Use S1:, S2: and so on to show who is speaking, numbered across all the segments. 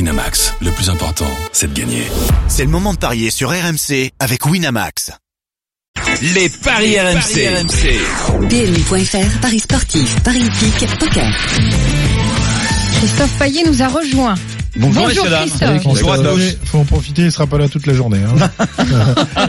S1: Winamax, le plus important, c'est de gagner.
S2: C'est le moment de parier sur RMC avec Winamax.
S3: Les paris, RMC.
S4: PMU.fr, Paris sportif, Paris hippique, poker.
S5: Christophe Payet nous a rejoint. Bonjour,
S3: messieurs, dames.
S5: Christophe.
S3: Bonjour à
S6: Il
S3: tous.
S6: Faut en profiter, il sera pas là toute la journée. Hein.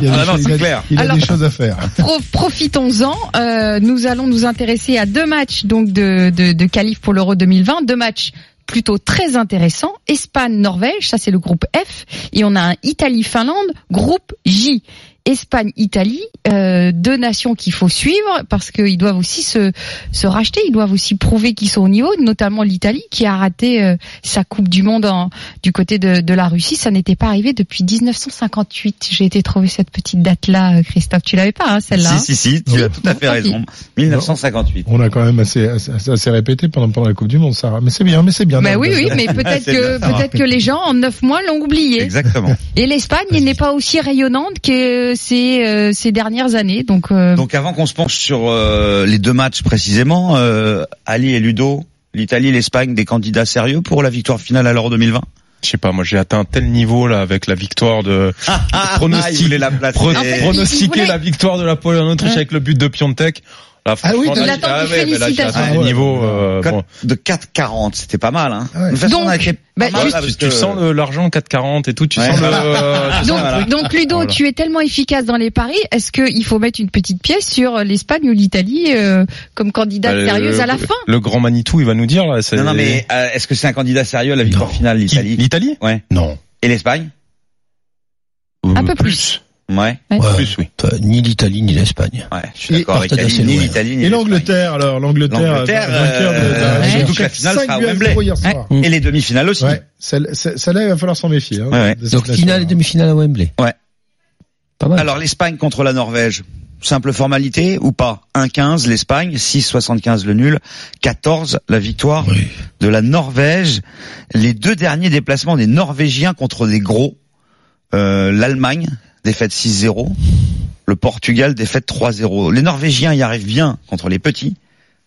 S6: il y a,
S3: Ah non,
S6: choses-
S3: c'est
S6: il a-
S3: clair.
S6: il a
S5: Alors-
S6: des choses à faire.
S5: Pro- Profitons-en. Euh, nous allons nous intéresser à deux matchs donc de, de, de qualif pour l'Euro 2020. Deux matchs plutôt très intéressants. Espagne-Norvège, ça c'est le groupe F. Et on a un Italie-Finlande, groupe J. Espagne-Italie, euh, deux nations qu'il faut suivre parce qu'ils doivent aussi se, se racheter, ils doivent aussi prouver qu'ils sont au niveau, notamment l'Italie qui a raté euh, sa Coupe du Monde en, du côté de, de la Russie. Ça n'était pas arrivé depuis 1958. J'ai été trouver cette petite date-là, euh, Christophe. Tu l'avais pas, hein, celle-là hein
S3: Si, si, si, tu as tout à fait
S5: Non.
S3: raison. 1958.
S6: On a quand même assez, assez, assez répété pendant, pendant la Coupe du Monde, Sarah. Mais c'est bien, mais c'est bien.
S5: Bah
S6: Non,
S5: oui,
S6: mais-
S5: oui, mais peut-être
S3: C'est
S5: que
S3: bien.
S5: peut-être que les gens en neuf mois l'ont oublié.
S3: Exactement.
S5: Et l'Espagne elle n'est pas aussi rayonnante que ces euh, ces dernières années. Donc, euh,
S3: Donc avant qu'on se penche sur euh, les deux matchs précisément, euh, Ali et Ludo, l'Italie et l'Espagne, des candidats sérieux pour la victoire finale à l'Euro 2020
S7: Je sais pas, moi j'ai atteint tel niveau là avec la victoire de
S5: Ah,
S7: pronostic.
S3: il voulait la placer.
S7: pro-
S5: En fait, il- il
S7: pronostiquer
S5: voulait-
S7: la victoire de la Pologne en Autriche
S5: Ouais.
S7: avec le but de Piontek. Là, franchement,
S6: oui, t'as-
S7: là,
S5: Il attend des
S7: j'ai- ah ouais, mais là, j'ai atteint
S5: félicitations.
S7: un
S6: Ah ouais.
S7: niveau. euh,
S3: Quatre-
S7: bon.
S3: De 4,40, c'était pas mal. Hein.
S6: Ah ouais.
S3: De toute façon,
S5: Donc,
S3: on a été
S5: bah,
S3: pas mal,
S5: juste-
S3: parce
S7: Tu
S3: que-
S7: sens le- l'argent 4,40 et tout. Tu
S3: Ouais.
S7: sens le. euh, tu sens
S5: donc,
S7: le-
S3: voilà.
S5: donc, Ludo,
S7: Voilà.
S5: tu es tellement efficace dans les paris. Est-ce qu'il faut mettre une petite pièce sur l'Espagne ou l'Italie euh, comme candidate
S7: bah,
S5: sérieuse
S7: le-
S5: à la fin
S7: Le grand Manitou, il va nous dire là. c'est-
S3: Non, non, mais euh, est-ce que c'est un candidat sérieux à la victoire
S6: Non.
S3: finale,
S7: Qui-
S3: l'Italie
S7: L'Italie
S8: Non.
S3: Et l'Espagne
S5: Un peu plus.
S3: Ouais,
S8: Ouais.
S3: plus, oui.
S8: Pas- Ni l'Italie, ni l'Espagne.
S3: Ouais, je suis
S8: Et
S3: d'accord avec
S8: partent
S3: Ali.
S8: assez
S3: Ni
S8: loin.
S3: l'Italie, ni
S6: Et
S3: l'Espagne.
S6: l'Angleterre, alors, l'Angleterre.
S3: L'Angleterre,
S6: euh, vainqueur de-
S3: euh,
S6: de-
S3: surtout
S6: de-
S3: que la finale
S6: cinq
S3: sera à
S6: buts à
S3: Wembley.
S6: zéro hier soir.
S3: Et les demi-finales aussi.
S6: Ouais, celle- celle- celle-là, il va falloir s'en méfier. Hein,
S3: Ouais, ouais.
S6: de cette
S8: Donc
S6: nation-là.
S8: finale et demi-finale à Wembley.
S3: Ouais.
S8: Pas mal.
S3: Alors l'Espagne contre la Norvège, simple formalité ou pas 1-15 l'Espagne, 6-75 le nul, 14 la victoire
S8: Oui.
S3: de la Norvège. Les deux derniers déplacements des Norvégiens contre des gros, euh, l'Allemagne, défaite 6-0, le Portugal, défaite 3-0. Les Norvégiens y arrivent bien contre les petits.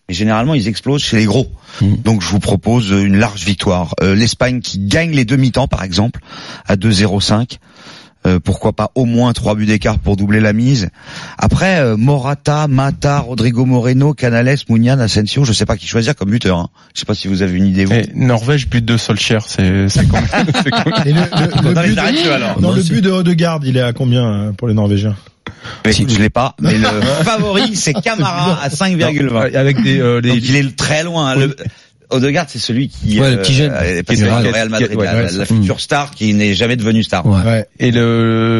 S3: Mais généralement, ils explosent chez les gros.
S8: Mm.
S3: Donc, je vous propose une large victoire. Euh, L'Espagne qui gagne les demi-temps, par exemple, à 2-0-5. Euh, pourquoi pas au moins trois buts d'écart pour doubler la mise. Après, euh, Morata, Mata, Rodrigo Moreno, Canales, Mounian, Asensio, je sais pas qui choisir comme buteur. Hein. Je sais pas si vous avez une idée. Vous.
S7: Et Norvège, but de Solskjaer, c'est c'est quand même. c'est quand même-
S6: Et le, le- le
S3: Dans les
S6: but
S3: arrêts de jeu, alors.
S6: de, non, le but de Odegaard, il est à combien euh, pour les Norvégiens
S3: Mais écoute, je l'ai pas. Mais le favori, c'est Camara à 5,20.
S7: Avec des. euh,
S3: Donc,
S7: les-
S3: il est très loin. hein. Le... Odegaard, c'est celui qui euh,
S8: Ouais, le petit jeune.
S3: est passé
S8: Qui est
S3: par le
S8: Real.
S3: Real Madrid,
S7: Qui- ouais,
S3: la,
S7: ouais,
S3: la-
S7: ça.
S3: la future star qui n'est jamais devenue star.
S8: Ouais.
S6: Ouais.
S7: Et le.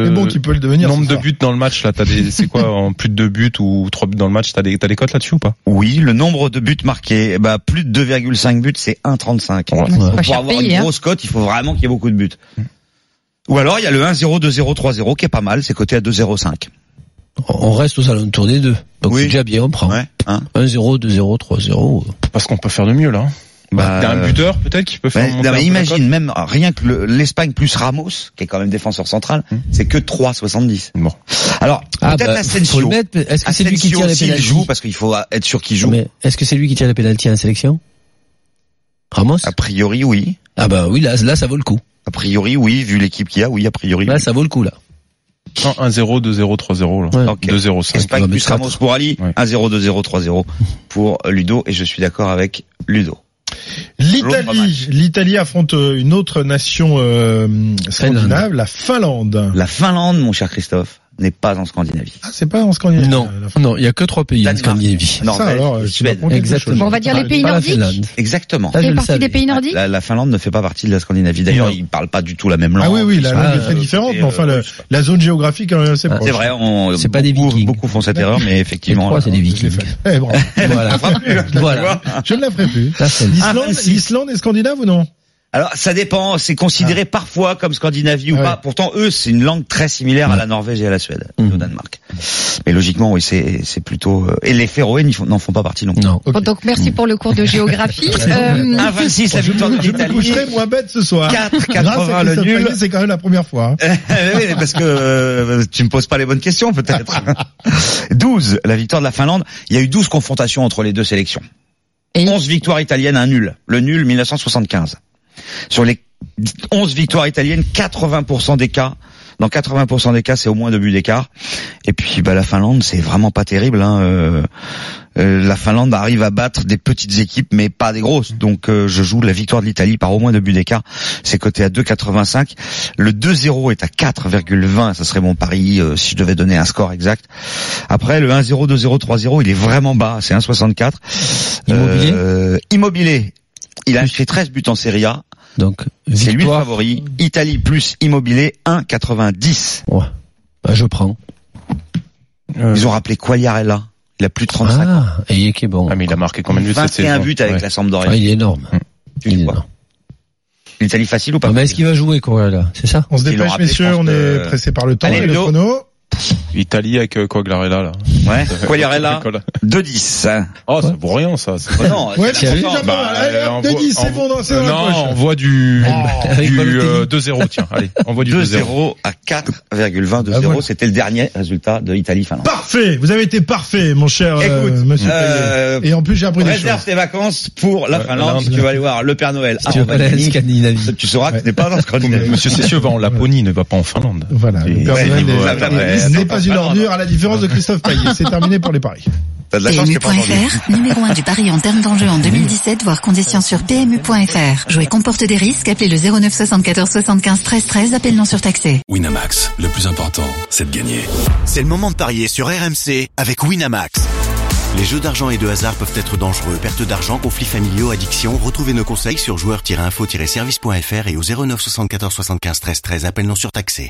S3: Euh,
S6: Mais bon, qui peut le devenir.
S7: Nombre
S6: ce
S7: de
S6: soir.
S7: buts dans le match là, t'as des, c'est quoi, en plus de deux buts ou trois buts dans le match, t'as des, t'as des cotes là-dessus ou pas
S3: Oui, le nombre de buts marqués, eh ben, plus de 2,5 buts, c'est 1,35.
S7: Ouais.
S5: C'est pas
S3: Pour
S5: cher
S3: avoir
S5: payé,
S3: une
S5: hein.
S3: grosse cote, il faut vraiment qu'il y ait beaucoup de buts. Ou alors, il y a le 1-0, 2-0, 3-0 qui est pas mal, c'est coté à 2,05.
S8: On reste aux alentours des deux. Donc
S3: Oui.
S8: c'est déjà bien, on prend.
S3: Ouais, hein.
S8: 1-0, 2-0, 3-0.
S7: Parce qu'on peut faire de mieux là.
S3: Bah,
S7: t'as un buteur peut-être qui peut faire.
S3: Mais,
S7: monter
S3: Ben, non, mais
S7: un peu la cote.
S3: imagine, même ah, rien que le- l'Espagne plus Ramos, qui est quand même défenseur central,
S7: Hum.
S3: c'est que 3,70.
S7: Bon.
S3: Alors, peut-être
S8: Ah, bah, faut le
S3: Asensio.
S8: mettre. mais Est-ce que c'est lui qui tire
S3: Asensio,
S8: les
S3: s'il
S8: pénaltys
S3: joue, parce qu'il faut être sûr qu'il joue.
S8: Mais est-ce que c'est lui qui tire les pénaltys en sélection Ramos
S3: A priori, oui.
S8: Ah bah oui, là, là ça vaut le coup.
S3: A priori, oui, vu l'équipe qu'il y a, oui, a priori.
S8: Là
S3: oui.
S8: Bah, ça vaut le coup là.
S7: Non, 1-0, 2-0, 3-0 là.
S8: Ouais.
S3: Ok.
S7: 2-0, 5.
S3: Espagne
S8: va
S3: plus
S8: mettre
S3: Ramos pour Ali,
S7: Ouais.
S3: 1-0-2-0-3-0 pour Ludo, et je suis d'accord avec Ludo. L'autre match.
S6: L'Italie, l'Italie affronte euh, une autre nation euh, scandinave,
S8: Finlande.
S6: la Finlande.
S3: La Finlande, mon cher Christophe, n'est pas en Scandinavie.
S6: Ah, c'est pas en Scandinavie.
S8: Non,
S6: la Finlande.
S8: non, il y a que trois pays en
S3: Danemark.
S8: Scandinavie.
S3: Norvège,
S6: ça alors,
S3: et
S6: euh, tu
S3: Suède.
S6: m'apprends quelque
S8: Exactement.
S6: chose.
S5: On va dire les pays
S8: Pas la
S5: nordiques.
S8: Finlande.
S3: Exactement.
S8: Ça, je
S5: C'est
S8: le
S5: partie
S8: savais.
S5: des pays nordiques.
S3: La, la Finlande ne fait pas partie de la Scandinavie. D'ailleurs,
S6: Non.
S3: ils ne parlent pas du tout la même langue.
S6: Ah oui, oui, la
S3: Ils
S6: langue
S3: sont,
S6: est très
S3: euh,
S6: différente,
S3: et,
S6: mais enfin,
S3: euh,
S6: le- la zone géographique, quand même, c'est
S8: Ah,
S6: proche.
S3: C'est vrai, on,
S8: C'est pas des
S3: beaucoup,
S8: Vikings.
S3: beaucoup font cette erreur, mais
S8: Les
S3: effectivement.
S8: trois c'est des
S6: Je l'ai
S8: Vikings.
S6: fait. Eh, bravo.
S8: Voilà.
S3: Ah,
S8: voilà.
S6: Je ne la ferai plus.
S8: Là, c'est-
S6: L'Islande, l'Islande est scandinave ou non
S3: Alors, ça dépend. C'est considéré parfois comme Scandinavie ou
S6: Ah ouais.
S3: pas. Pourtant, eux, c'est une langue très similaire à la Norvège et à la Suède, et au
S8: Mhm.
S3: Danemark. Mais logiquement, oui, c'est c'est plutôt. euh, Et les Féroé n'y font- n'en font pas partie non plus.
S8: Non.
S5: Bon, donc merci pour le cours de géographie. Euh,
S3: 1,26 la victoire de
S6: Je me
S3: l'Italie.
S6: coucherai moins bête ce soir.
S3: 4,
S6: Grâce
S3: 80
S6: à
S3: le
S6: Christophe
S3: nul. Eh
S6: Payet, c'est quand même la première fois. hein.
S3: Oui, mais parce que euh, tu me poses pas les bonnes questions peut-être. 12, la victoire de la Finlande. Il y a eu 12 confrontations entre les deux sélections.
S5: Et-
S3: 11 victoires italiennes, un nul. Le nul 1975. Sur les 11 victoires italiennes, 80% des cas. Dans 80% des cas, c'est au moins deux buts d'écart. Et puis, bah, la Finlande, c'est vraiment pas terrible. Hein. euh, euh, la Finlande arrive à battre des petites équipes, mais pas des grosses. Donc, euh, je joue la victoire de l'Italie par au moins deux buts d'écart. C'est coté à 2,85. Le 2-0 est à 4,20. Ça serait mon pari euh, si je devais donner un score exact. Après, le 1-0, 2-0, 3-0, il est vraiment bas. C'est 1,64.
S8: Immobilier
S3: Euh, immobilier. Il a fait 13 buts en Serie A.
S8: Donc,
S3: C'est lui le
S8: victoire.
S3: favori. Italie plus immobilier 1,90.
S8: Ouais. Bah, je prends.
S7: Euh,
S3: Ils ont rappelé Quagliarella. Il a plus de 35 ans.
S8: Ah, et il est qui est bon.
S7: Ah, mais il a marqué combien de buts cette
S3: 21
S7: saison
S3: buts avec
S7: Ouais.
S3: la Sampdoria.
S8: Ah, il est énorme.
S3: Tu dis
S8: il est
S3: quoi
S8: énorme.
S3: L'Italie facile ou pas
S8: Ah, mais est-ce qu'il va jouer, quoi, là C'est ça
S6: On se
S3: Il
S6: dépêche,
S3: aura appelé,
S6: messieurs,
S3: je pense
S6: on
S3: que-
S6: est pressé par le temps.
S3: Allez,
S6: et le
S3: Ludo.
S6: chrono
S7: Italie avec euh, Quaglarella, là.
S3: Ouais. Quagliarella,
S7: Cola.
S3: 2-10. hein.
S7: Oh, ça vaut rien, ça. c'est
S3: Oh
S7: pas-
S3: non,
S6: Ouais,
S3: c'est
S6: c'est
S8: tiens, oui.
S6: déjà bon.
S7: Bah,
S6: Allez,
S7: euh,
S6: hop,
S7: on
S6: Denis,
S7: voit-
S6: c'est
S7: on-
S6: bon, dans- c'est dans la
S7: Non, on
S6: poche.
S7: voit
S3: Ah.
S7: du,
S3: Oh,
S8: Avec
S7: du
S8: Balotelli.
S7: euh, 2-0, tiens. Allez, on voit du 2-0.
S3: 2-0 à 4,20. 2-0,
S6: Ah, voilà.
S3: c'était le dernier résultat de Italie-Finlande.
S6: Parfait, vous avez été parfait, mon cher euh,
S3: Écoute,
S6: monsieur.
S3: euh,
S6: Payet. et en plus, j'ai appris des
S3: Réserve
S6: choses.
S3: tes vacances pour la
S7: Ouais,
S3: Finlande.
S7: Finlande.
S3: Tu vas aller voir le Père Noël.
S8: Si
S3: à
S8: tu veux pas la
S3: Rovaniemi.
S8: Scandinavie.
S3: Tu sauras que ce n'est pas dans le Scandinavie.
S7: Monsieur Cessieux va en Laponie, il ne va pas en Finlande.
S6: Voilà, le
S7: Et-
S6: Père
S3: ouais,
S6: Noël
S7: niveau-
S6: n'est-
S7: ouais,
S6: n'est-
S7: ouais,
S6: n'est
S3: attends,
S6: pas
S3: attends,
S6: une
S3: attends.
S6: ordure à la différence de Christophe Payet. C'est terminé pour les paris.
S3: T'as de la chance que t'aies pas entendu.
S4: PMU.fr, numéro 1 du pari en termes d'enjeux en 2017, voire conditions sur PMU.fr. Jouer comporte des risques, appelez le 09 74 75 13 13, appel non surtaxé.
S1: Winamax, le plus important, c'est de gagner.
S2: C'est le moment de parier sur RMC avec Winamax. Les jeux d'argent et de hasard peuvent être dangereux. Perte d'argent, conflits familiaux, addiction. Retrouvez nos conseils sur joueurs-info-service.fr et au 09 74 75 13 13. Appel non surtaxé.